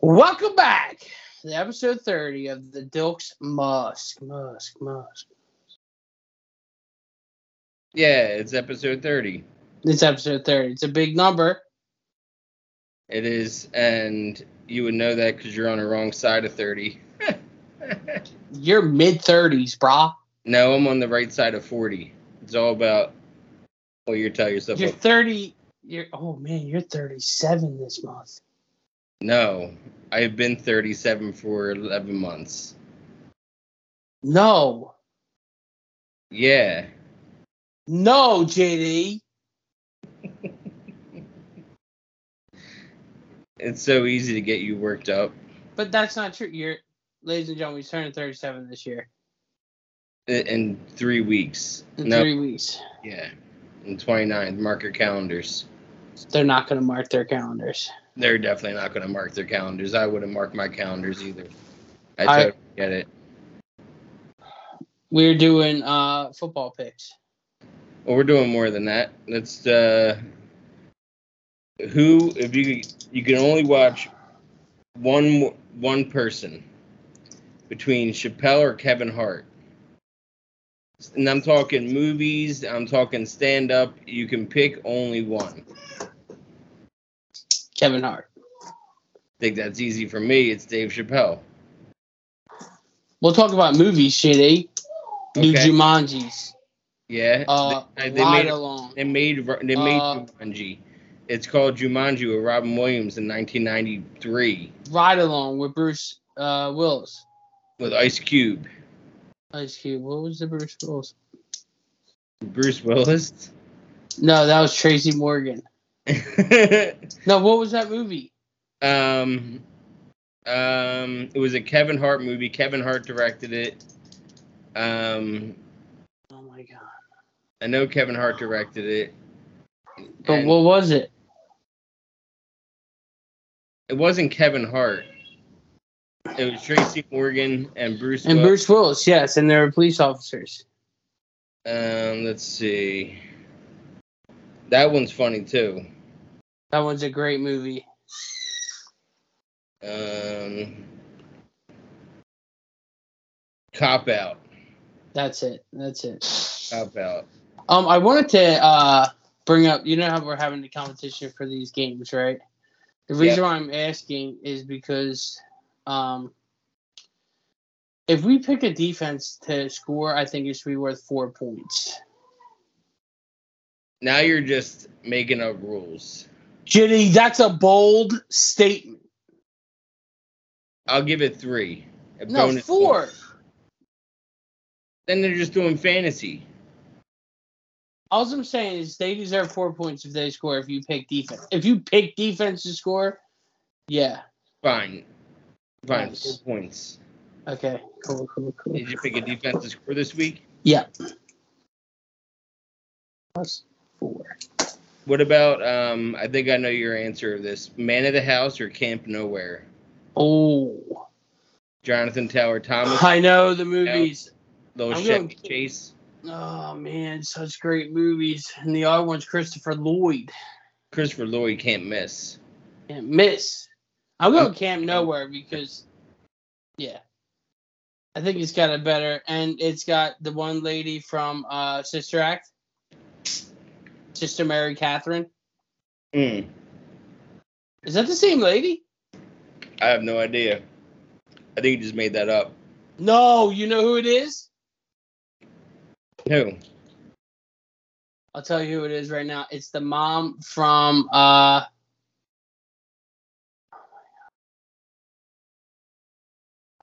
Welcome back to episode 30 of the Dilks Musk. Musk, Musk. Yeah, it's episode 30. It's episode 30. It's a big number. It is, and you would know that because you're on the wrong side of 30. You're mid 30s, brah. no, I'm on the right side of 40. It's all about what you tell yourself. You're 30. You're oh man, you're 37 this month. no, I've been 37 for 11 months. No. Yeah. No, JD. It's so easy to get you worked up. But that's not true. You're ladies and gentlemen, he's turning 37 this year. I- In three weeks. In no, three weeks. yeah. In 29th, mark your calendars. They're not gonna mark their calendars. They're definitely not going to mark their calendars. I wouldn't mark my calendars either. I I- totally get it. We're doing uh football picks. Well, we're doing more than that. Let's uh, who if you you can only watch one one person between Chappelle or Kevin Hart, and I'm talking movies. I'm talking stand up. You can pick only one. Kevin Hart. think that's easy for me. It's Dave Chappelle. We'll talk about movies, JD. New Okay. Jumanjis. Yeah, Uh, they, they, they made along. they made they made Uh, Jumanji. It's called Jumanji with Robin Williams in 1993 Ride along with Bruce uh, Willis. with Ice Cube. Ice Cube. What was the Bruce Willis? Bruce Willis. No, that was Tracy Morgan. No, what was that movie? um, um, it was a Kevin Hart movie. Kevin Hart directed it. Um, Oh my god. I know Kevin Hart directed it. But And what was it? It wasn't Kevin Hart. It was Tracy Morgan and Bruce. And Willis. Bruce Willis, yes, and they were police officers. Um, let's see. That one's funny too. That one's a great movie. Um, cop out. That's it. That's it. Cop out. Um, I wanted to uh bring up. You know how we're having the competition for these games, right? The Yeah. reason why I'm asking is because, um, if we pick a defense to score, I think it should be worth four points. Now you're just making up rules. Jitty, that's a bold statement. I'll give it three. A No, bonus four. point. Then they're just doing fantasy. All I'm saying is they deserve four points if they score. If you pick defense, if you pick defense to score, yeah. Fine. Fine. Nice. Four points. Okay. Cool. Cool. Cool. Did you pick a defense to score this week? Yeah. Plus four. What about um I think I know your answer of this. Man of the house or camp nowhere? Oh, Jonathan Tower Thomas, I know the movies. little I'm Chevy going- Chase, Oh man, such great movies. And the other one's Christopher Lloyd. Christopher Lloyd can't miss. Can't miss. I'm going Camp Nowhere because, yeah, I think it's got a better, and it's got the one lady from uh, Sister Act, Sister Mary Catherine. Mm, Is that the same lady? I have no idea. I think you just made that up. No, you know who it is. Who? I'll tell you who it is right now. It's the mom from uh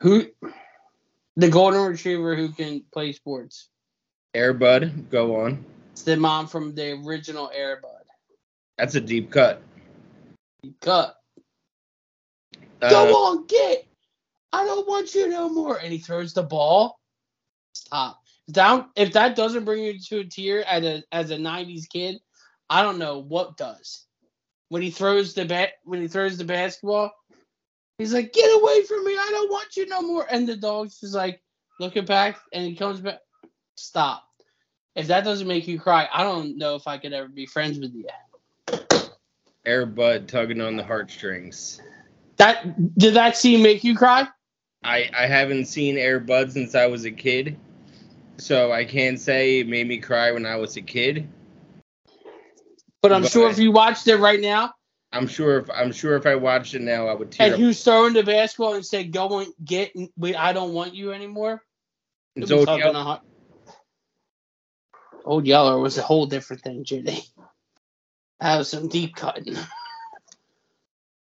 who the golden retriever who can play sports. Airbud, go on. It's the mom from the original Airbud. That's a deep cut. Cut. Uh, Go on, get. I don't want you no more. And he throws the ball. Stop. If that if that doesn't bring you to a tear as a as a '90s kid, I don't know what does. When he throws the bat, when he throws the basketball, he's like, "Get away from me! I don't want you no more." And the dog's just like looking back, and he comes back. Stop. If that doesn't make you cry, I don't know if I could ever be friends with you. Air Bud tugging on the heartstrings. That did that scene make you cry? I, I haven't seen Air Bud since I was a kid, so I can't say it made me cry when I was a kid. But I'm But sure I- if you watched it right now I'm sure if I'm sure if I watched it now, I would tear. and up. who's throwing the basketball and said, "Go and get, we, I don't want you anymore." It It's was old something Yeller. hot- Old Yeller was a whole different thing, Jimmy. That was some deep cutting.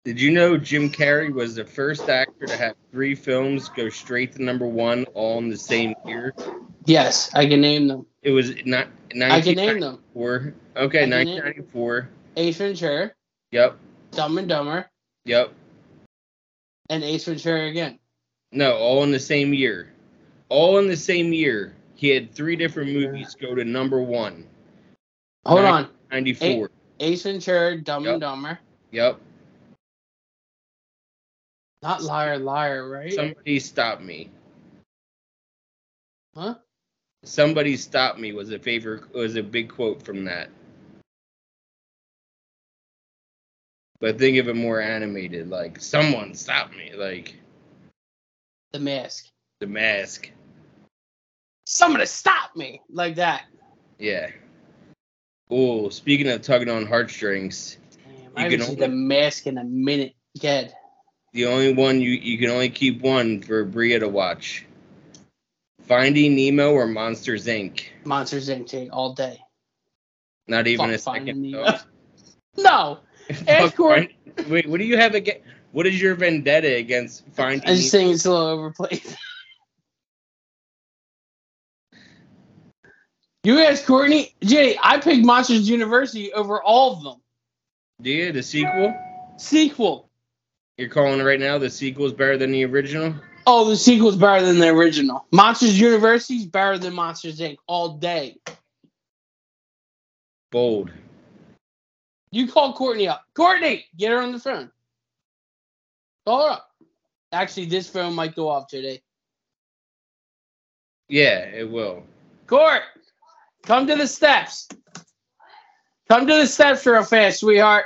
Did you know Jim Carrey was the first actor to have three films go straight to number one all in the same year? Yes, I can name them. It was not I can name them. 1994. I Okay, can name- 1994. Ace Ventura, Yep, Dumb and Dumber, yep. and Ace Ventura again. No, all in the same year. All in the same year. He had three different movies go to number one. Hold Nice. on. 94. Ace Ventura, Dumb Yep. and Dumber. Yep. Not Liar Liar, right? Somebody Stop Me. huh? Somebody Stop Me was a favorite was a big quote from that. But think of it more animated, like someone stop me, like The Mask. the mask. Someone to stop me. Like that. Yeah. Oh, speaking of tugging on heartstrings, Damn, You I can haven't seen only- The Mask in a minute. Dead. the only one you you can only keep one for Bria to watch. Finding Nemo or Monsters Inc. Monsters Inc. take all day. Not even Fuck a second. Finding thought. No. Fuck Escort. Find- Wait, what do you have against? What is your vendetta against Finding? I just Nemo? think it's a little overplayed. You asked Courtney, Jay. I picked Monsters University over all of them. Do you the sequel? Sequel. You're calling it right now. The sequel is better than the original. Oh, the sequel's better than the original. Monsters University is better than Monsters Inc. all day. Bold. You call Courtney up. Courtney, get her on the phone. Call her up. Actually, this phone might go off today. Yeah, it will. Court, come to the steps. Come to the steps real fast, sweetheart.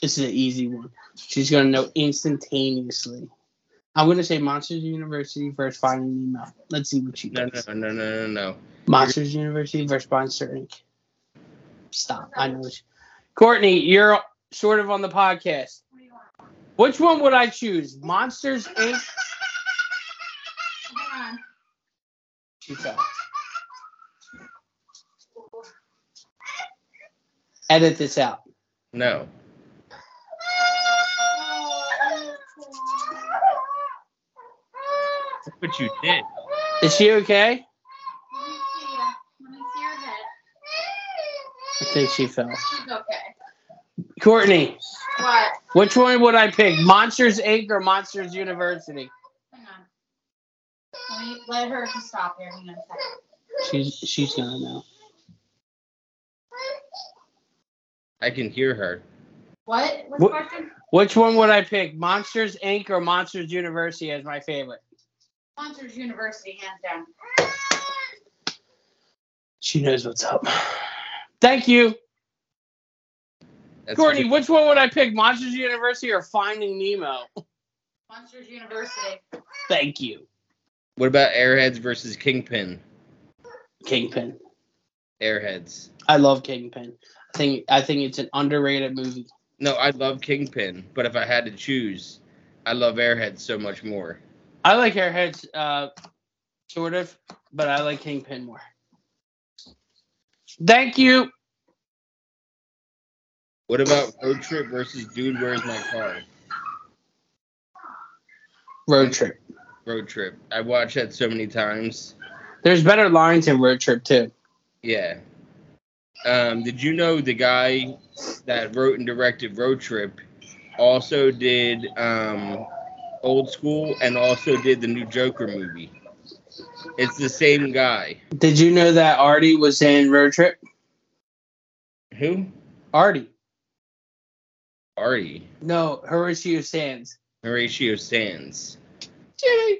This is an easy one. She's gonna know instantaneously. I'm gonna say Monsters University versus Finding Nemo. Let's see what she No, does. no, no, no, no, no. Monsters University versus Monster Inc. Stop. I know. it's- Courtney, you're sort of on the podcast. Which one would I choose? Monsters Inc. Hold on. She fell. Edit this out. No. That's what you did. Is she okay? Let me see her. Let me see her head. I think she fell. She's okay. Courtney, What? which one would I pick? Monsters Inc. or Monsters University? Hang on. Let me let her just stop here. Hang on a second. She's she's gonna know. I can hear her. What? What- What's the question? Which one would I pick? Monsters Inc. or Monsters University as my favorite? Monsters University, hands down. She knows what's up. Thank you. That's what Courtney, you- which one would I pick? Monsters University or Finding Nemo? Monsters University. Thank you. What about Airheads versus Kingpin? Kingpin. Airheads. I love Kingpin. I think I think it's an underrated movie. No, I love Kingpin, but if I had to choose, I love Airheads so much more. I like Airheads, uh, sort of, but I like Kingpin more. Thank you. What about Road Trip versus Dude Where's My Car? Road Trip. Road Trip. I watched that so many times. There's better lines in Road Trip too. Yeah. Um, did you know the guy that wrote and directed Road Trip also did um, Old School and also did the new Joker movie? It's the same guy. Did you know that Artie was in Road Trip? Who? Artie. Artie. No, Horatio Sands. Horatio Sands. Jimmy,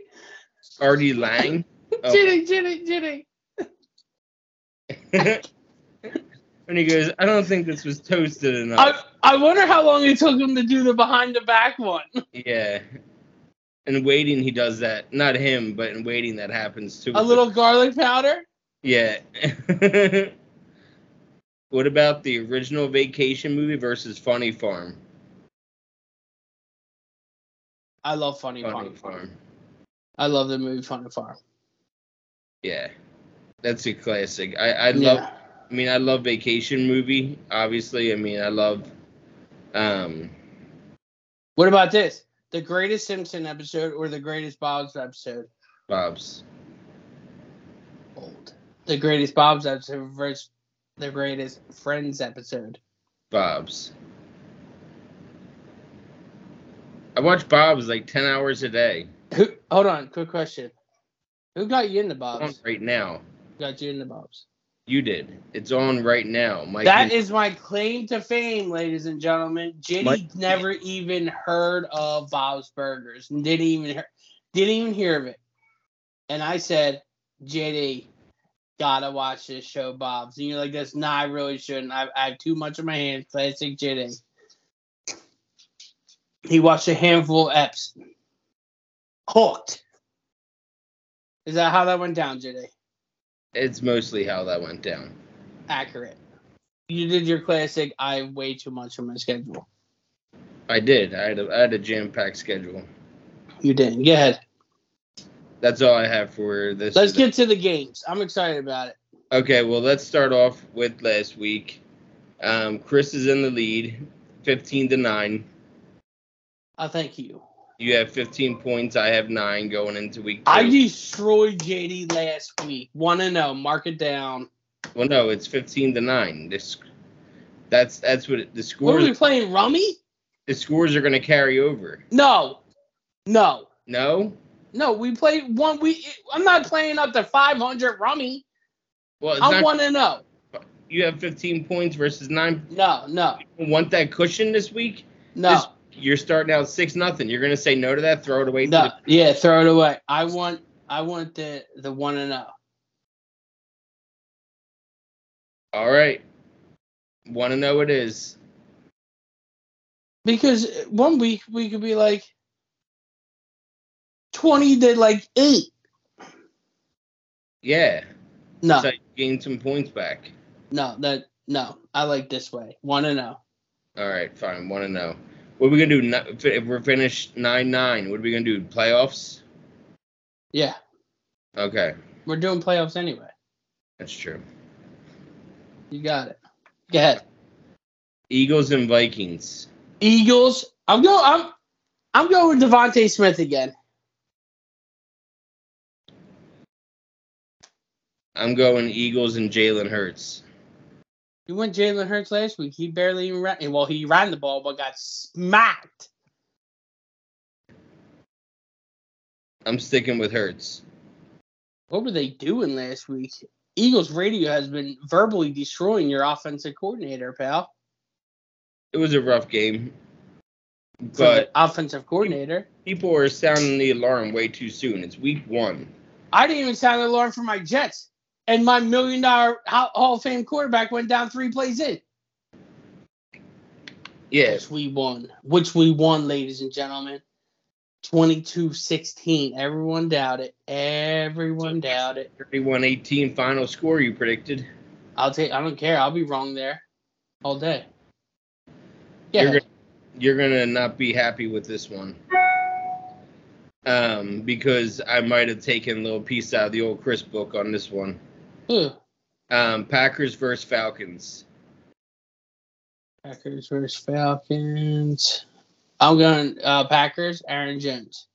Artie Lang. Oh. Jimmy, Jimmy, Jimmy. And he goes, I don't think this was toasted I, enough. I wonder how long it took him to do the behind the back one. yeah. In waiting, he does that. Not him, but in waiting, that happens too. A little garlic powder. Yeah. what about the original vacation movie versus Funny Farm? I love Funny Farm. Funny Farm. I love the movie Funny Farm. Yeah. That's a classic. I, I love Yeah. I mean, I love vacation movie. Obviously, I mean, I love. Um, What about this? The greatest Simpson episode or the greatest Bob's episode? Bob's. Old. The greatest Bob's episode versus the greatest Friends episode. Bob's. I watch Bob's like ten hours a day. Who? Hold on, quick question. Who got you into It's on Bob's? right now. Got you into Bob's. You did. It's on right now. Mike. That is my claim to fame, ladies and gentlemen. Jenny Mike- never even heard of Bob's Burgers. and Didn't even hear, didn't even hear of it. And I said, Jenny, gotta watch this show, Bob's. And you're like, this, nah, I really shouldn't. I, I have too much in my hands. Classic Jenny. He watched a handful of eps. Hooked. Is that how that went down, Jenny? It's mostly how that went down. accurate. You did your classic. I have way too much on my schedule. I did. I had a, I had a jam packed schedule. You didn't. Go ahead. That's all I have for this. Let's today. get to the games. I'm excited about it. Okay, well, let's start off with last week. Um, Chris is in the lead, fifteen to nine. I thank you. You have 15 points. I have nine going into week two. I destroyed JD last week. One to know. Mark it down. well, no, it's 15 to nine. This, that's that's what it, the What are scores. we playing? Rummy? the scores are going to carry over. No, no, No. no. We played one. We. I'm not playing up to 500 rummy. Well, it's I not, want to know. you have 15 points versus nine. oh. No, no, You want that cushion this week? no, This- You're starting out six nothing. You're going to say no to that. Throw it away. to no. Yeah, throw it away. I want. I want the the one and oh. zero. the- all right. Want to know what is? Because one week we could be like twenty to like eight. Yeah. No, So you gain some points back. no, that no. I like this way. One and oh. zero. All right. Fine. Want to know what are we going to do ni- if- if we're finished nine nine? What are we going to do? Playoffs? Yeah, Okay. we're doing playoffs anyway. That's true. You got it. Go ahead. Eagles and Vikings. Eagles. I'm going. I'm. I'm going with Devonte Smith again. I'm going Eagles and Jalen Hurts. You went Jalen Hurts last week. He barely even ran. Well, he ran the ball, but got smacked. I'm sticking with Hurts. What were they doing last week? Eagles radio has been verbally destroying your offensive coordinator, pal. It was a rough game, For the but offensive coordinator. people are sounding the alarm way too soon. It's week one. I didn't even sound the alarm for my Jets. And my million dollar Ho- Hall of Fame quarterback went down three plays in. Yeah, Which we won. Which we won, ladies and gentlemen. 22 16. Everyone doubt it. Everyone doubt it. 31 18 final score you predicted. I'll take I don't care. I'll be wrong there all day. Yeah. You're gonna, you're gonna not be happy with this one. Um, because I might have taken a little piece out of the old Chris book on this one. Ooh. Um, Packers versus Falcons. Packers versus Falcons. I'm going uh, Packers, Aaron Jones.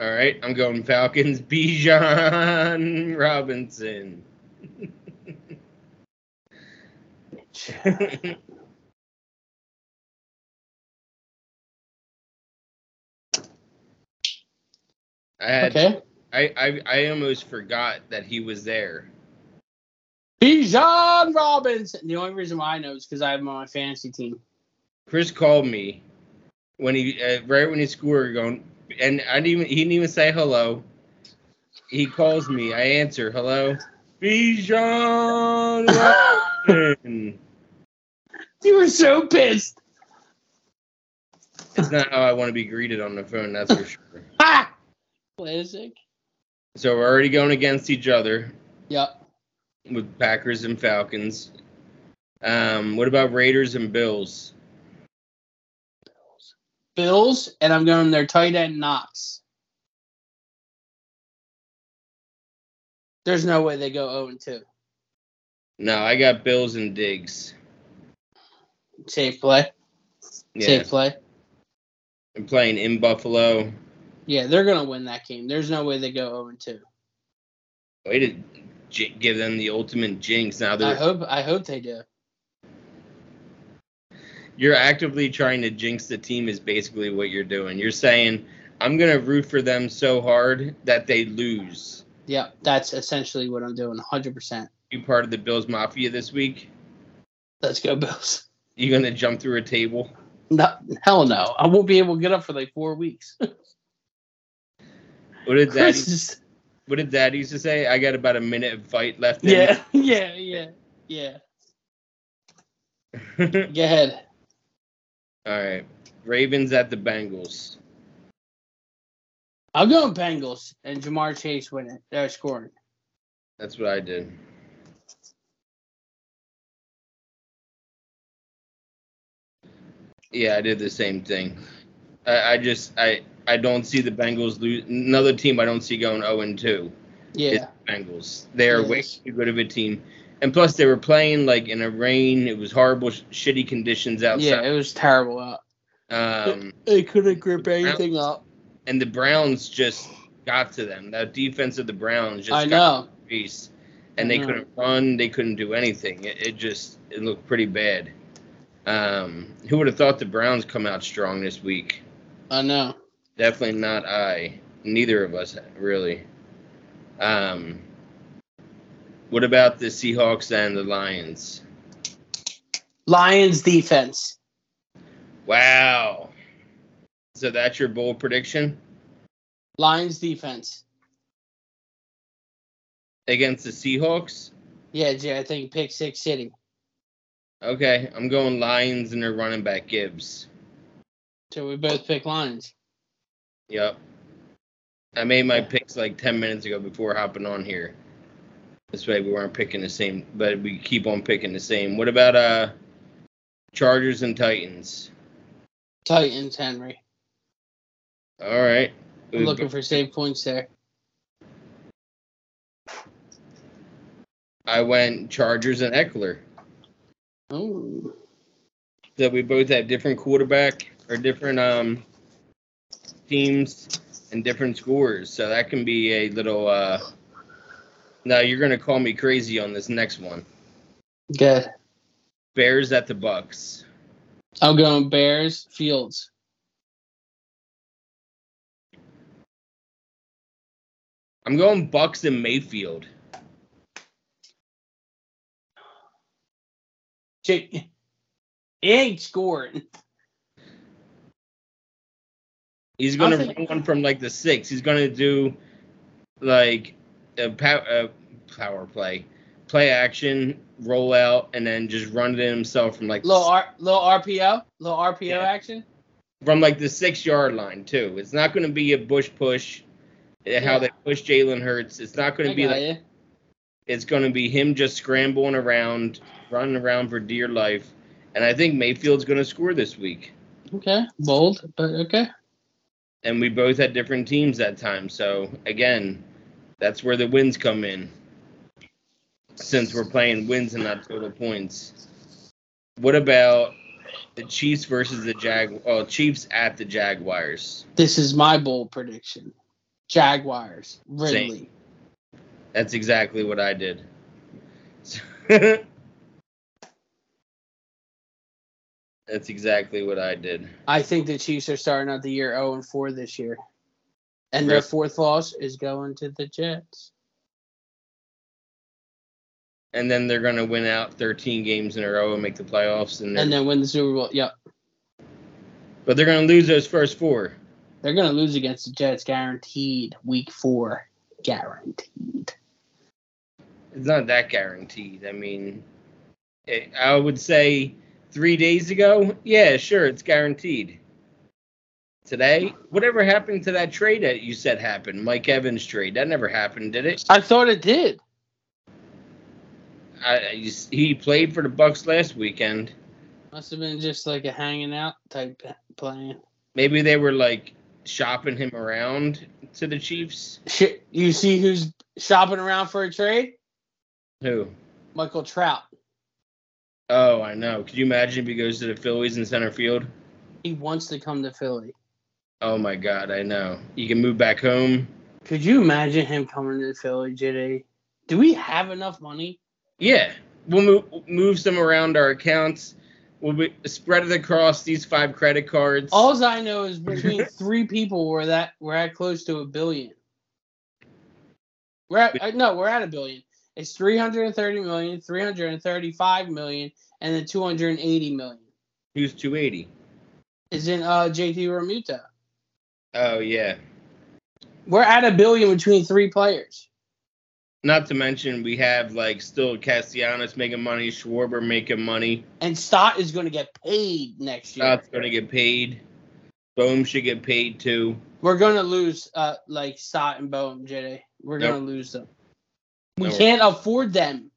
All right, I'm going Falcons. Bijan Robinson. I had Okay. I, I I almost forgot that he was there. Bijan Robinson. The only reason why I know is because I have him on my fantasy team. Chris called me when he uh, right when he scored going, and I didn't even he didn't even say hello. He calls me. I answer hello. Bijan Robinson. You were so pissed. It's not how I want to be greeted on the phone, that's for sure. Ha! Classic. So we're already going against each other Yep. with Packers and Falcons. Um, what about Raiders and Bills? Bills, and I'm going their tight end Knox. There's no way they go 0 2. No, I got Bills and Diggs. Safe play. Yeah, Safe play. I'm playing in Buffalo. Yeah, they're going to win that game. There's no way they go 0 Way to j- give them the ultimate jinx. Now 2. I they're hope I hope they do. you're actively trying to jinx the team is basically what you're doing. You're saying I'm gonna root for them so hard that they lose. Yep, that's essentially what I'm doing 100%. You part of the Bills Mafia this week? Let's go, Bills. You gonna jump through a table? No, hell no. I won't be able to get up for like four weeks. What did Daddy? Chris is- What did Dad used to say? I got about a minute of fight left. in yeah, yeah, yeah, yeah. me. Go ahead. All right. Ravens at the Bengals. I'm going Bengals and Jamar Chase winning. They're scoring. That's what I did. Yeah, I did the same thing. I, I just I I don't see the Bengals lose another team I don't see going 0 and 2 is Yeah, the Bengals. They are way Yes. too good of a team. And plus they were playing like in a rain, it was horrible sh- shitty conditions yeah. outside. It was terrible. Uh, Out. Um They couldn't grip anything up. and the Browns just got to them. That defense of the Browns just I got know. piece, and they No. couldn't run, they couldn't do anything. It, it just it looked pretty bad. Um, who would have thought the Browns come out strong this week? I know. Definitely not I. Neither of us really. Um, what about the Seahawks and the Lions? Lions defense. Wow. So that's your bold prediction Lions defense. against the Seahawks? Yeah, Jay, I think pick six city. Okay, I'm going Lions and their running back Gibbs. So we both pick Lions. Yep. I made my Yeah. picks like 10 minutes ago before hopping on here. This way we weren't picking the same, but we keep on picking the same. What about uh Chargers and Titans? Titans, Henry. All right. I'm looking for save points there. I went Chargers and Eckler. Ooh. So we both had different quarterback or different um teams and different scores. So that can be a little uh now you're gonna call me crazy on this next one. Good. Bears at the Bucks. I'm going Bears, Fields. I'm going Bucks and Mayfield. Jay, it ain't scoring. He's gonna I'll take- run one from like the six. He's gonna do like a, pow- a power play, play action, roll out, and then just run it in himself from like the Little R, little RPO, little RPO Yeah. action. s- from like the six yard line too. It's not gonna be a bush push, eh, how Yeah. they push Jalen Hurts. It's not gonna I be got like you. it's gonna be him just scrambling around, running around for dear life. And I think Mayfield's gonna score this week. Okay, bold, but okay. And we both had different teams that time, so again, that's where the wins come in. since we're playing wins and not total points. What about the Chiefs versus the Jag? Oh, Chiefs at the Jaguars. This is my bold prediction. Jaguars, Ridley. That's exactly what I did. That's exactly what I did. I think the Chiefs are starting out the year 0 and 4 this year, and their Really? fourth loss is going to the Jets. And then they're gonna win out 13 games in a row and make the playoffs. And, And then win the Super Bowl. Yep, but they're gonna lose those first four. they're gonna lose against the Jets, guaranteed. Week four, guaranteed. it's not that guaranteed. I mean, it, I would say three days ago, yeah, sure, it's guaranteed. Today, whatever happened to that trade that you said happened, Mike Evans trade? That never happened, did it? I thought it did. I, I- he played for the Bucks last weekend. Must have been just like a hanging out type plan. Maybe they were like shopping him around to the Chiefs. Shit, you see who's shopping around for a trade? Who? Michael Trout. Oh, I know. Could you imagine if he goes to the Phillies in center field? He wants to come to Philly. Oh my God, I know. You can move back home. Could you imagine him coming to Philly, JD? Do we have enough money? Yeah, we'll move move some around our accounts. We'll be, spread it across these five credit cards. All I know is between three people, we're that we're at close to a billion. We're at, uh, no, we're at a billion. It's 330 million, 335 million, and then 280 million. Who's 280? Is in uh, JT Romuta. Oh yeah. We're at a billion between three players. Not to mention we have like still Castellanos making money, Schwarber making money. And Stott is going to get paid next year. Scott's gonna get paid. Bohm should get paid too. We're gonna lose uh like Stott and Boehm, JD. We're Nope. gonna lose them. We No. can't afford them.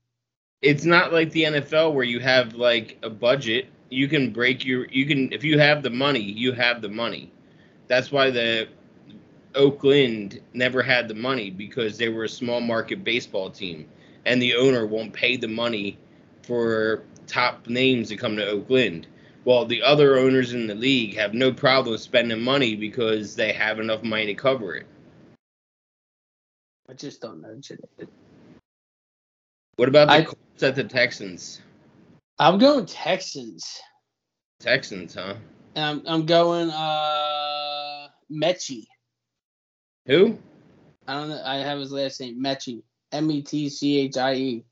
It's not like the NFL where you have like a budget. You can break your you can if you have the money, you have the money. That's why the Oakland never had the money because they were a small market baseball team and the owner won't pay the money for top names to come to Oakland. Well, the other owners in the league have no problem spending money because they have enough money to cover it. I just don't know, JD. What about the I- Colts at the Texans? I'm going Texans. Texans, huh? And I'm I'm going uh Mechie. Who? I don't know I have his last name, Mechie. M E T C H I E.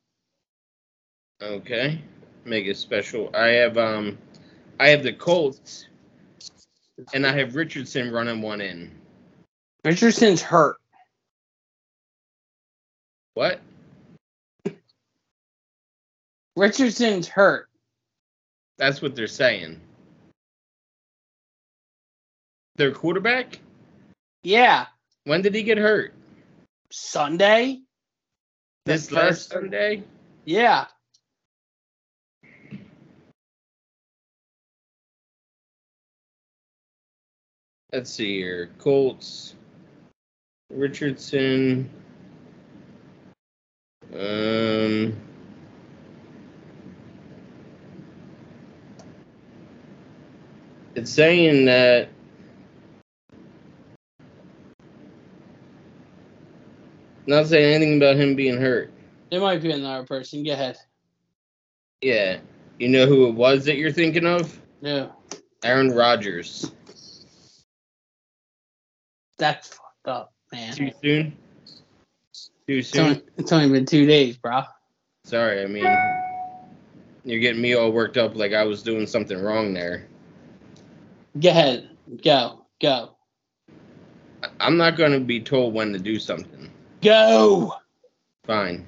Okay. Make it special. I have um I have the Colts and I have Richardson running one in. Richardson's hurt. What? Richardson's hurt. That's what they're saying. Their quarterback? Yeah. When did he get hurt? Sunday? The This last first- Sunday? Yeah. Let's see here. Colts. Richardson. Um It's saying that not saying anything about him being hurt. There might be another person. Go ahead. Yeah. You know who it was that you're thinking of? No. Aaron Rodgers. That's fucked up, man. Too soon? Too It's soon? only, it's only been two days, bro. Sorry, I mean, you're getting me all worked up like I was doing something wrong there. Go ahead. Go. Go. I- I'm not going to be told when to do something. Go. Fine.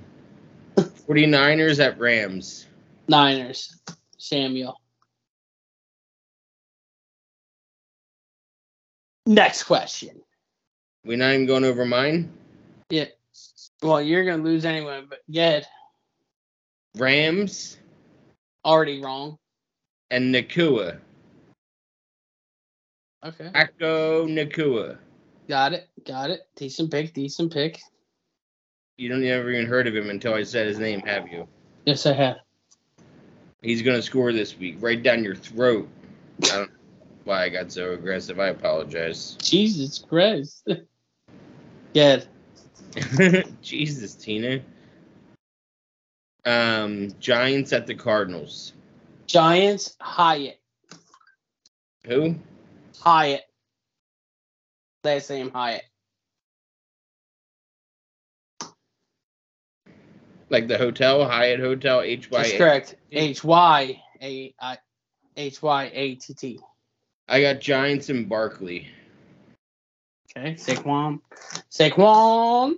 49ers at Rams. Niners. Samuel. Next question. we not even going over mine. Yeah. Well, you're gonna lose anyway, but yeah, Rams already wrong. and Nakua. Okay. Akko Nakua. Got it. Got it. Decent pick. Decent pick. You don't ever even heard of him until I said his name, have you? Yes, I have. He's going to score this week, right down your throat. I don't know why I got so aggressive. I apologize. Jesus Christ. Good. Jesus, Tina. Um, Giants at the Cardinals. Giants. Hyatt. Who? Hyatt. Last name Hyatt. Like the hotel, Hyatt Hotel, H That's Y. correct. H Y A I H Y A T T. I got Giants and Barkley. Okay. Saquon. Saquon.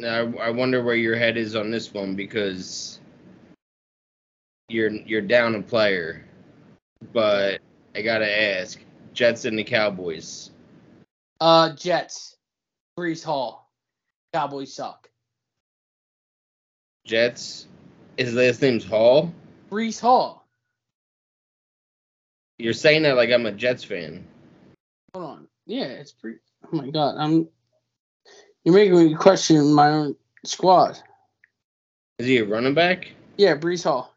Now I, I wonder where your head is on this one because you're you're down a player, but I gotta ask: Jets and the Cowboys. Uh, Jets, Brees Hall, Cowboys suck. Jets. His last name's Hall. Brees Hall. You're saying that like I'm a Jets fan. Hold on. Yeah, it's Brees. Oh my God, I'm. You're making me question my own squad. Is he a running back? Yeah, Brees Hall.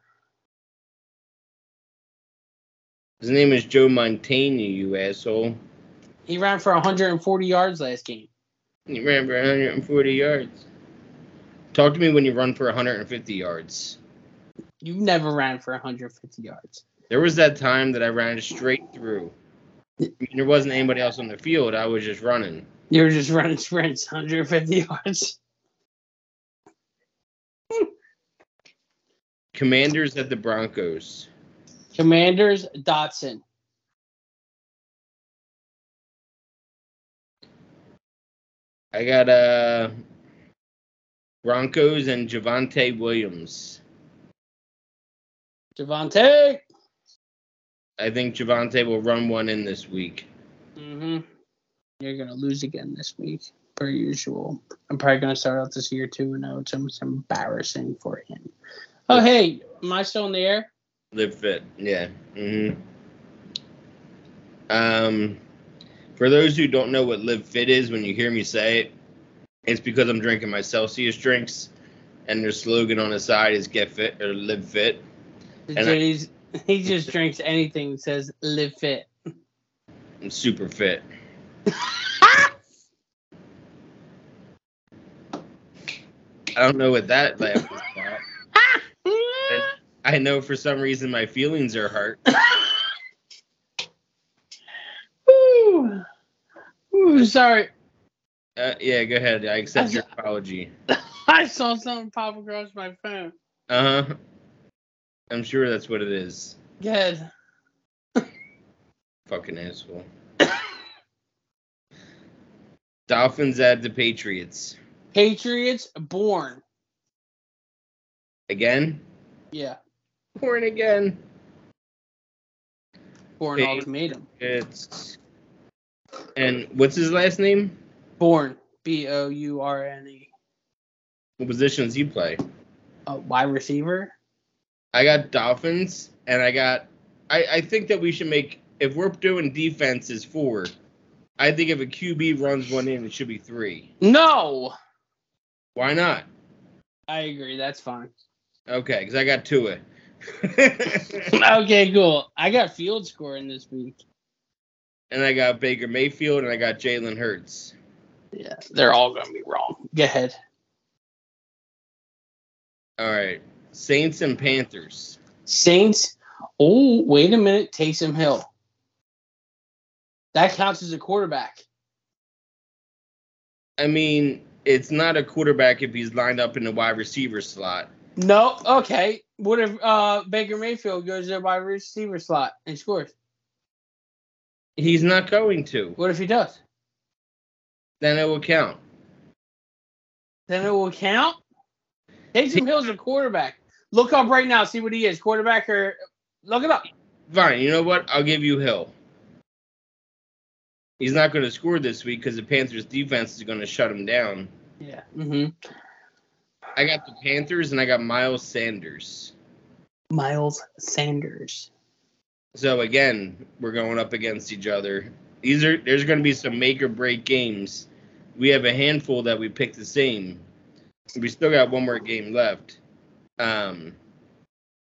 His name is Joe Montaigne, you asshole. He ran for 140 yards last game. He ran for 140 yards. Talk to me when you run for 150 yards. You never ran for 150 yards. There was that time that I ran straight through. I mean, there wasn't anybody else on the field. I was just running. You were just running sprints, 150 yards. Commanders at the Broncos. Commanders, Dotson. I got uh Broncos and Javante Williams. Javante. I think Javante will run one in this week. Mm-hmm. You're gonna lose again this week, per usual. I'm probably gonna start out this year too, and know it's almost embarrassing for him. Oh hey, am I still in the air? Live fit. Yeah. hmm Um, for those who don't know what Live Fit is, when you hear me say it, it's because I'm drinking my Celsius drinks, and their slogan on the side is "Get Fit" or "Live Fit." And I- JD's, he just drinks anything that says live fit. I'm super fit. I don't know what that laugh was about. I know for some reason my feelings are hurt. Ooh. Ooh, sorry. Uh, yeah, go ahead. I accept your apology. I saw something pop across my phone. Uh huh. I'm sure that's what it is. Good. Fucking asshole. Dolphins at the Patriots. Patriots born. Again? Yeah. Born again. Born Pa- ultimatum. It's. And what's his last name? Born. B O U R N E. What position does he play? A wide receiver. I got Dolphins, and I got. I, I think that we should make if we're doing defenses four. I think if a QB runs one in, it should be three. No. Why not? I agree. That's fine. Okay, because I got Tua. okay, cool. I got field scoring this week. and I got Baker Mayfield, and I got Jalen Hurts. Yeah, they're all gonna be wrong. Go ahead. All right, Saints and Panthers. Saints. Oh, wait a minute. Taysom Hill. That counts as a quarterback. I mean, it's not a quarterback if he's lined up in the wide receiver slot. No. Okay. What if uh, Baker Mayfield goes to the wide receiver slot and scores? He's not going to. What if he does? Then it will count. Then it will count. Taysom Hill's a quarterback. Look up right now. See what he is. Quarterback or look it up. Fine. You know what? I'll give you Hill. He's not going to score this week because the Panthers defense is going to shut him down. Yeah. Mm-hmm. I got the Panthers and I got Miles Sanders. Miles Sanders. So again, we're going up against each other. These are there's going to be some make or break games. We have a handful that we picked the same. We still got one more game left. Um,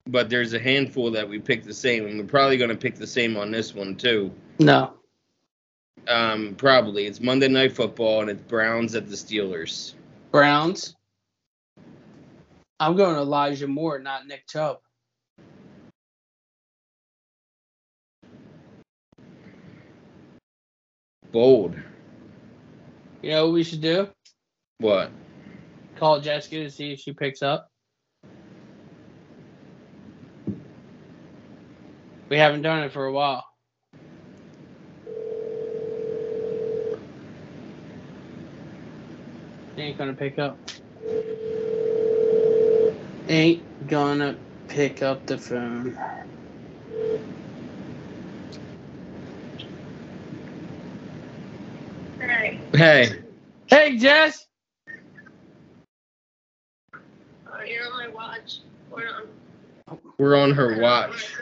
but there's a handful that we picked the same, and we're probably going to pick the same on this one too. No. Um, probably it's Monday Night Football, and it's Browns at the Steelers. Browns. I'm going Elijah Moore, not Nick Chubb. Bold. You know what we should do? What? Call Jessica to see if she picks up. We haven't done it for a while. Ain't gonna pick up. Ain't gonna Pick up the phone. Hey, Hey, Hey, Jess. oh, you're on my watch. Or on, we're on her watch.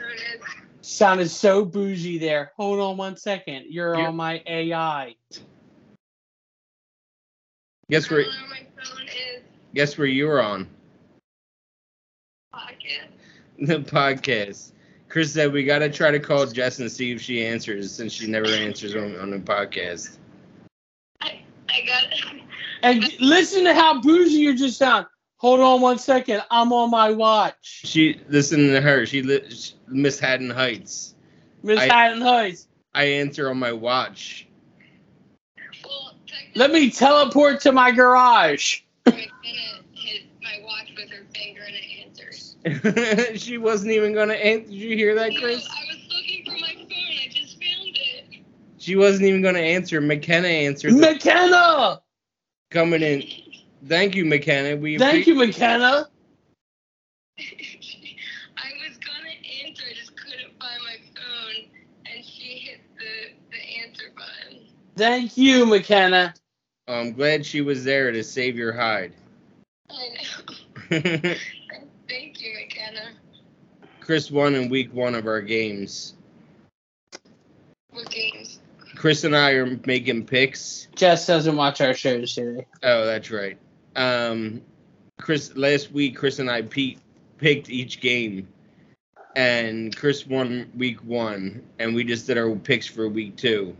Sounded so bougie there. Hold on one second. You're Yeah. on my AI. Guess where? On my phone is Guess where you were on Pocket. the podcast. Chris said we gotta try to call Jess and see if she answers, since she never answers on, on the podcast. I got And listen to how bougie you just sound. Hold on one second. I'm on my watch. She listen to her. She, li- she Miss Haddon Heights. Miss I- Haddon Heights. I answer on my watch. Well, technically, Let me teleport to my garage. for a minute, his, my watch with her finger and it answers. she wasn't even gonna answer. Did you hear that, No, Chris? I was looking for my phone. I just found it. She wasn't even gonna answer. McKenna answered. the- McKenna. coming in. Thank you, McKenna. We Thank you, McKenna. I was gonna answer. I just couldn't find my phone, and she hit the the answer button. Thank you, McKenna. I'm glad she was there to save your hide. I know. Thank you, McKenna. Chris won in week one of our games. What games? Chris and I are making picks. Jess doesn't watch our shows today. Oh, that's right. Um, Chris last week, Chris and I pe- picked each game, and Chris won week one, and we just did our picks for week two.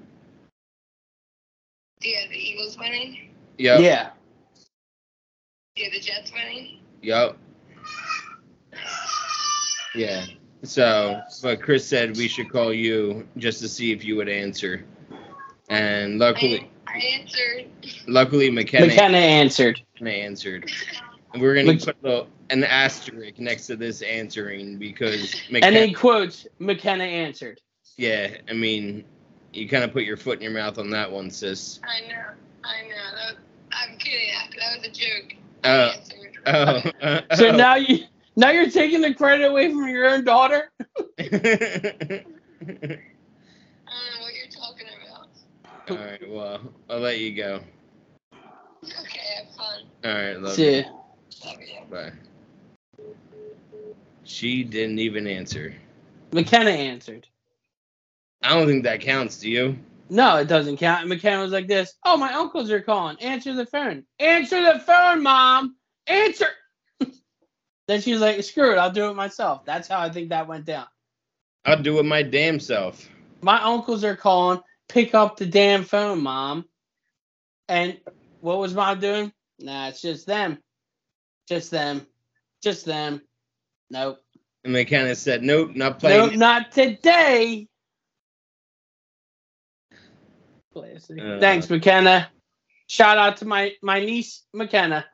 Yeah, the Eagles winning. Yep. Yeah. Yeah, the Jets winning. Yep. Yeah. So, but Chris said we should call you just to see if you would answer. And luckily, I, I answered. luckily McKenna, McKenna answered. answered. And we're gonna Mc- put a little, an asterisk next to this answering because And McKenna. in quotes, McKenna answered. yeah, I mean, you kind of put your foot in your mouth on that one, sis. I know. I know. That was, I'm kidding. That was a joke. I Oh, answered. oh, uh, oh. So now you now you're taking the credit away from your own daughter? I don't know what you're talking about. All right. Well, I'll let you go. Okay, have fun. All right. Love you. See. Love you. Bye. She didn't even answer. McKenna answered. I don't think that counts, do you? No, it doesn't count. And McKenna was like this. Oh, my uncles are calling. Answer the phone. Answer the phone, mom. Answer. then she was like, screw it, I'll do it myself. That's how I think that went down. I'll do it my damn self. My uncles are calling. Pick up the damn phone, mom. And what was mom doing? Nah, it's just them. Just them. Just them. Nope. And McKenna said, Nope, not Nope, playing. not today. Classic. Uh. Thanks, McKenna. Shout out to my my niece McKenna,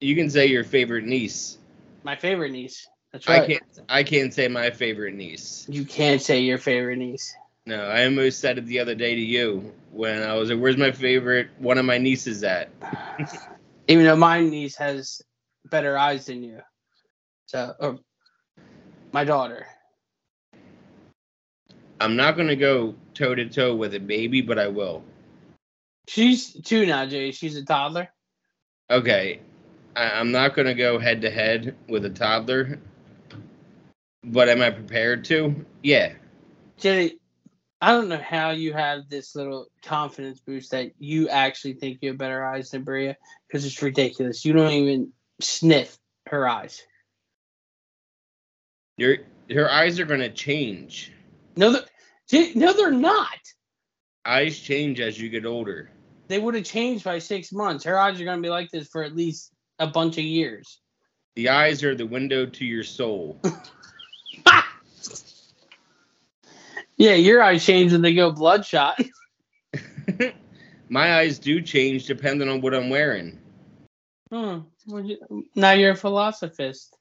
You can say your favorite niece. my favorite niece. That's I right. can't I can't say my favorite niece. You can't say your favorite niece. No, I almost said it the other day to you when I was like, Where's my favorite one of my nieces at? Even though my niece has better eyes than you. So or my daughter. I'm not gonna go toe to toe with a baby, but I will. She's two now, Jay. She's a toddler. okay, I, I'm not gonna go head to head with a toddler, but am I prepared to? Yeah, Jenny, I don't know how you have this little confidence boost that you actually think you have better eyes than Bria because it's ridiculous. You don't even sniff her eyes. your her eyes are gonna change. No, they're, Jen- no, they're not. Eyes change as you get older. They would have changed by six months. Her eyes are going to be like this for at least a bunch of years. The eyes are the window to your soul. Yeah, your eyes change when they go bloodshot. My eyes do change depending on what I'm wearing. Hmm. Well, you- Now you're a philosophist.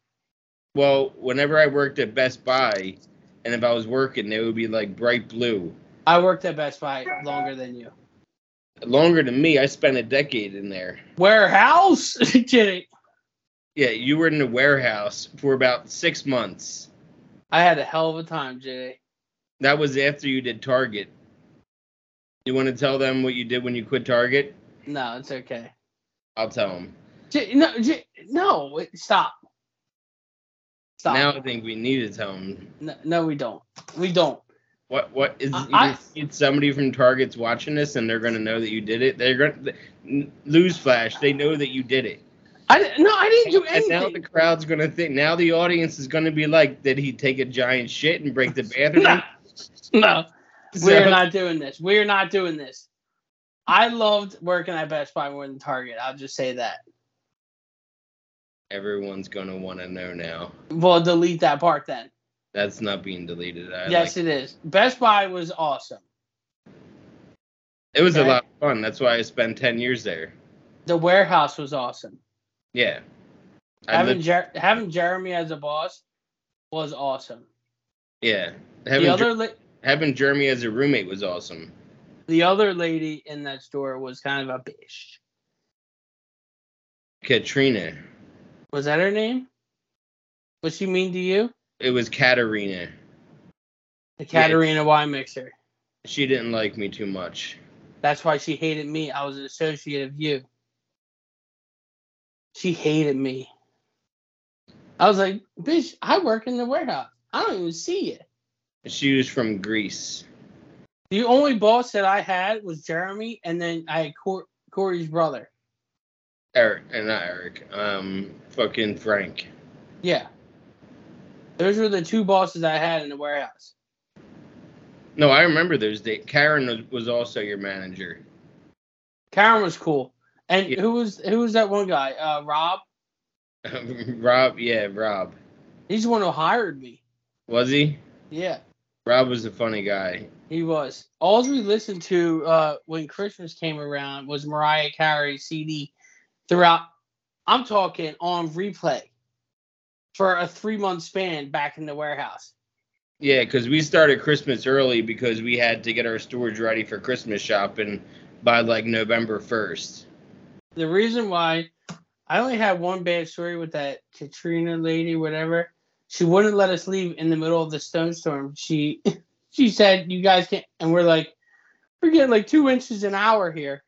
Well, whenever I worked at Best Buy, and if I was working, they would be like bright blue. I worked at Best Buy longer than you. Longer than me, I spent a decade in there. Warehouse? Jenny. Yeah, you were in the warehouse for about six months. I had a hell of a time, Jay. That was after you did Target. You want to tell them what you did when you quit Target? No, it's okay. I'll tell them. J- no, J- no, wait, stop. Stop. Now I think we need to tell them. no, no, we don't. We don't. What what is I- you I- think somebody from Target's watching this and they're gonna know that you did it? They're gonna th- newsflash. They know that you did it. I di- no, I didn't do And now the anything. crowd's gonna think. Now the audience is gonna be like, did he take a giant shit and break the bathroom? No, no, So- we're not doing this. We're not doing this. I loved working at Best Buy more than Target. I'll just say that. Everyone's gonna want to know now. Well, delete that part then. That's not being deleted. I yes, like- it is. Best Buy was awesome. it was okay. a lot of fun. That's why I spent ten years there. The warehouse was awesome. Yeah, I having lived, Jer- having Jeremy as a boss was awesome. yeah. Having, the Jer- other la- having Jeremy as a roommate was awesome. the other lady in that store was kind of a bitch. Katrina. Was that her name? Was she mean to you? It was Katarina. The Katerina Y mixer. She didn't like me too much. That's why she hated me. I was an associate of you. She hated me. I was like, bitch, I work in the warehouse. I don't even see you. She was from Greece. The only boss that I had was Jeremy, and then I had Cor- Corey's brother. Eric, uh, not Eric. Um, fucking Frank. Yeah. Those were the two bosses I had in the warehouse. No, I remember those days. Karen was, was also your manager. Karen was cool. And Yeah. who was who was that one guy? Uh, Rob. Rob, yeah, Rob. He's the one who hired me. Was he? Yeah, Rob was a funny guy. he was. All we listened to uh, when Christmas came around was Mariah Carey CD throughout. I'm talking on replay for a three month span back in the warehouse. Yeah, because we started Christmas early because we had to get our storage ready for Christmas shopping by like November 1st. The reason why I only had one bad story with that Katrina lady, whatever. She wouldn't let us leave in the middle of the stone storm. She she said, "You guys can't," and we're like, "We're getting like two inches an hour here."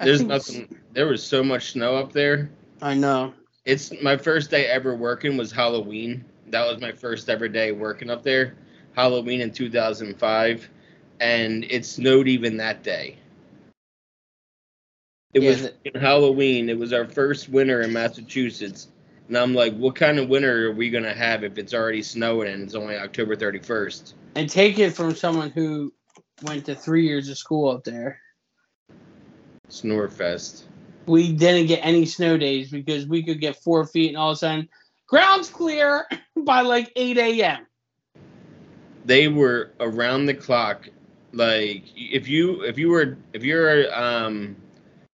I There's think it's- nothing, there was so much snow up there. I know. It's my first day ever working was Halloween. That was my first ever day working up there, Halloween in 2005, and it snowed even that day. It Yeah, was the- freaking Halloween. It was our first winter in Massachusetts, and I'm like, what kind of winter are we gonna have if it's already snowing and it's only October 31st? And take it from someone who went to three years of school up there. Snorefest. We didn't get any snow days because we could get four feet and all of a sudden ground's clear by like 8 a.m. They were around the clock. Like if you if you were if you're um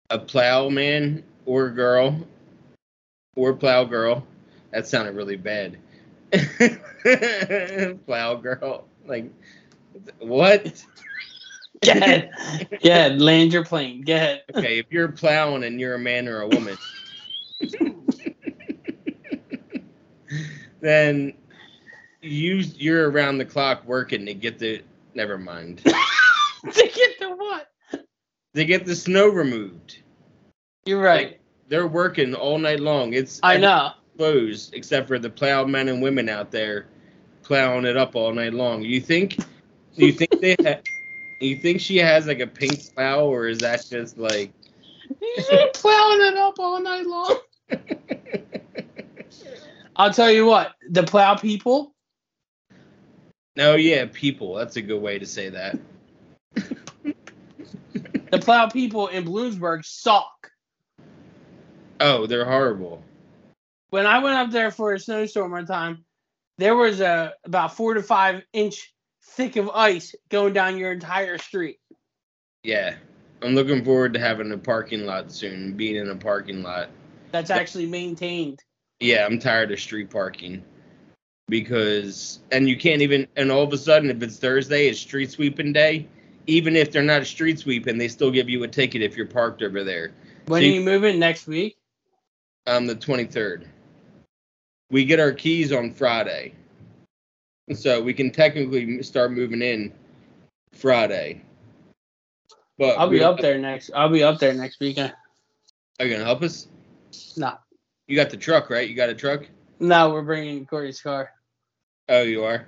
a plowman or girl or plow girl. That sounded really bad. plow girl. Like what? Go ahead. Go ahead. Land your plane. Go ahead. Okay, if you're plowing and you're a man or a woman, then you you're around the clock working to get the never mind to get to what? to get the snow removed. You're right. They're working all night long. It's I know. closed except for the plow men and women out there plowing it up all night long. You think you think they ha- you think she has like a pink plow or is that just like You've been plowing it up all night long. I'll tell you what, the plow people, no yeah, people. That's a good way to say that. the plow people in Bloomsburg suck. Oh, they're horrible. When I went up there for a snowstorm one time, there was a about four to five inch thick of ice going down your entire street. Yeah. I'm looking forward to having a parking lot soon, being in a parking lot. That's actually maintained. Yeah, I'm tired of street parking because and you can't even and all of a sudden if it's Thursday, it's street sweeping day. Even if they're not street sweeping, they still give you a ticket if you're parked over there. When See- are you moving next week? on the 23rd. We get our keys on Friday. So we can technically m- start moving in Friday. But I'll be we- up there next. I'll be up there next weekend. Are you going to help us? No, You got the truck, right? You got a truck? no, we're bringing Corey's car. Oh, you are?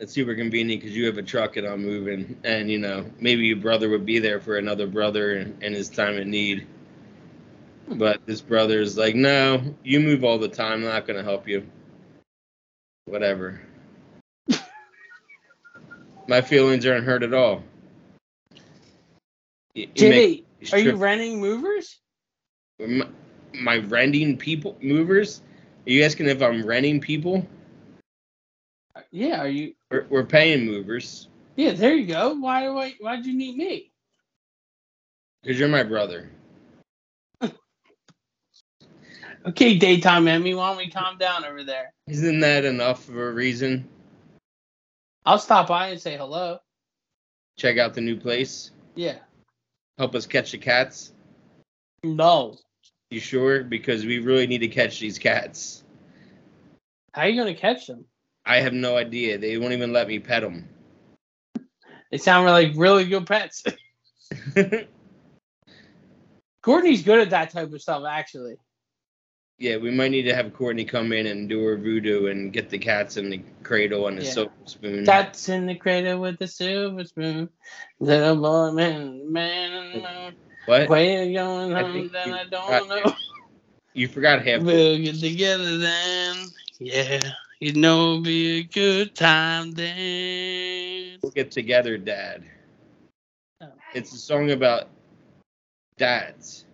That's super convenient because you have a truck and I'm moving. And, you know, maybe your brother would be there for another brother in, in his time of need. But this brother is like, no, you move all the time. I'm not going to help you. Whatever. My feelings aren't hurt at all. You- you make Jimmy, these are you trips- renting movers? my, my renting people movers? Are you asking if I'm renting people? Yeah, are you? We're, we're paying movers Yeah, there you go. Why do I? Why'd you need me? because you're my brother. Okay, daytime Emmy, why don't we calm down over there? Isn't that enough of a reason? I'll stop by and say hello. Check out the new place. Yeah. Help us catch the cats. No. You sure? Because we really need to catch these cats. How you gonna catch them? I have no idea. They won't even let me pet them. They sound like really good pets. Courtney's good at that type of stuff, actually. yeah, we might need to have Courtney come in and do her voodoo and get the cats in the cradle and the Yeah. silver spoon. That's in the cradle with the silver spoon. Little boy, man, man, what? where you going I home? think Then you- I I- don't know. You forgot half. We'll get together then. Yeah, you know it'll be a good time then. We'll get together, Dad. Oh. It's a song about dads.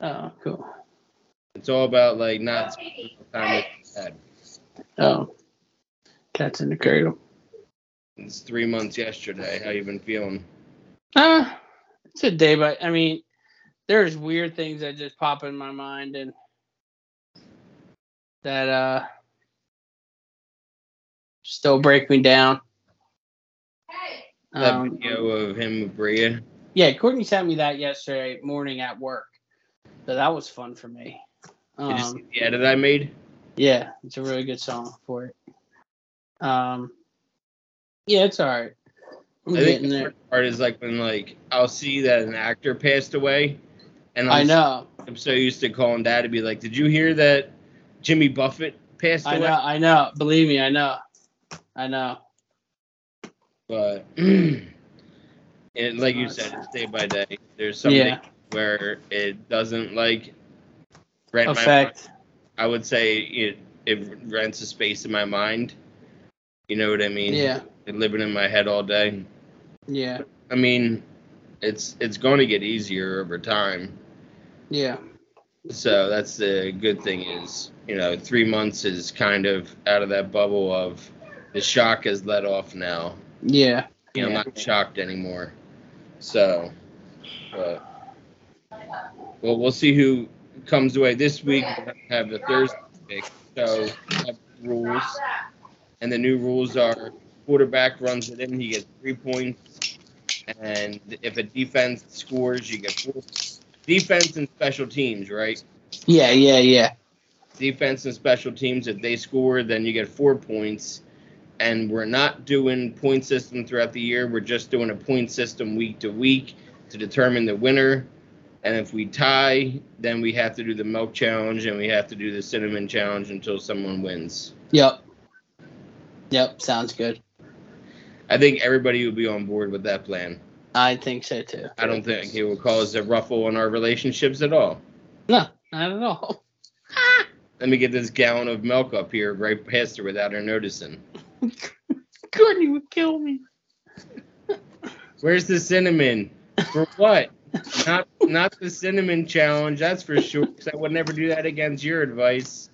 Oh, cool. It's all about like not Hey, spending time with your dad. Oh, cats in the cradle. It's three months yesterday. How you been feeling? Uh, it's a day by. I mean, there's weird things that just pop in my mind, and that uh still break me down. hey. That Um, video of him with Bria. yeah, Courtney sent me that yesterday morning at work, so that was fun for me. Did you see Um, the edit I made? yeah, it's a really good song for it. Um, yeah, it's all right. I'm I think getting the there. hard part is like when like I'll see that an actor passed away, and I'm, I know, I'm so used to calling Dad to be like, "Did you hear that Jimmy Buffett passed I away?" know, I know. Believe me, I know, I know. But and like you said, it's day by day. There's something Yeah. where it doesn't like rent my. Effect. I would say it it rents a space in my mind. You know what I mean? Yeah, It living in my head all day. yeah, I mean, it's it's going to get easier over time. yeah. So that's the good thing is, you know, three months is kind of out of that bubble of the shock is let off now. Yeah. You know, yeah. I'm not shocked anymore. So, but well, we'll see who comes away this week. We have the Thursday pick, so we have rules, and the new rules are quarterback runs it in, he gets three points, and if a defense scores, you get four. Defense and special teams, right? yeah, yeah, yeah. Defense and special teams. If they score, then you get four points. And we're not doing point system throughout the year. We're just doing a point system week to week to determine the winner. And if we tie, then we have to do the milk challenge and we have to do the cinnamon challenge until someone wins. Yep. Yep. Sounds good. I think everybody will be on board with that plan. I think so too. I don't think it will cause a ruffle in our relationships at all. No, not at all. Let me get this gallon of milk up here right past her without her noticing. Courtney would kill me. Where's the cinnamon? For what? not not the cinnamon challenge, that's for sure. 'cause I would never do that against your advice.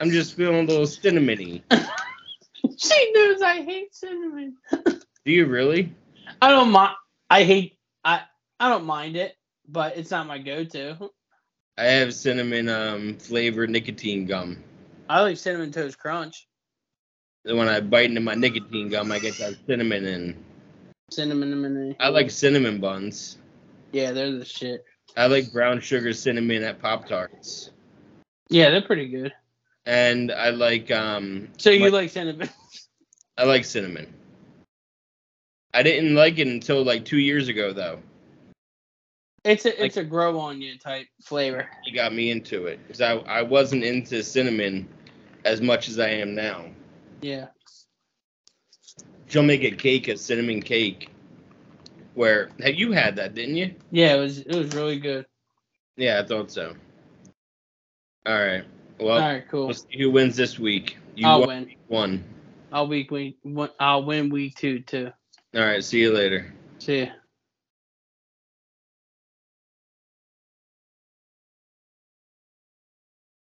I'm just feeling a little cinnamony. She knows I hate cinnamon. Do you really? I don't mind. I hate. I I don't mind it, but it's not my go-to. I have cinnamon um flavored nicotine gum. I like cinnamon toast crunch, And When I bite into my nicotine gum, I get that cinnamon in. cinnamon. I like cinnamon buns. Yeah, they're the shit. I like brown sugar cinnamon at Pop Tarts. Yeah, they're pretty good. And I like um So you like- like cinnamon? I like cinnamon. I didn't like it until like two years ago though. It's a it's a grow on you type flavor. He got me into it because I, I wasn't into cinnamon as much as I am now. Yeah. She'll make a cake, a cinnamon cake. Where had you had that, didn't you? Yeah, it was it was really good. Yeah, I thought so. All right. Well, All right, cool. we'll see who wins this week. You I'll won. win. one. I'll week week. one- I'll win week two too. All right. See you later. See ya.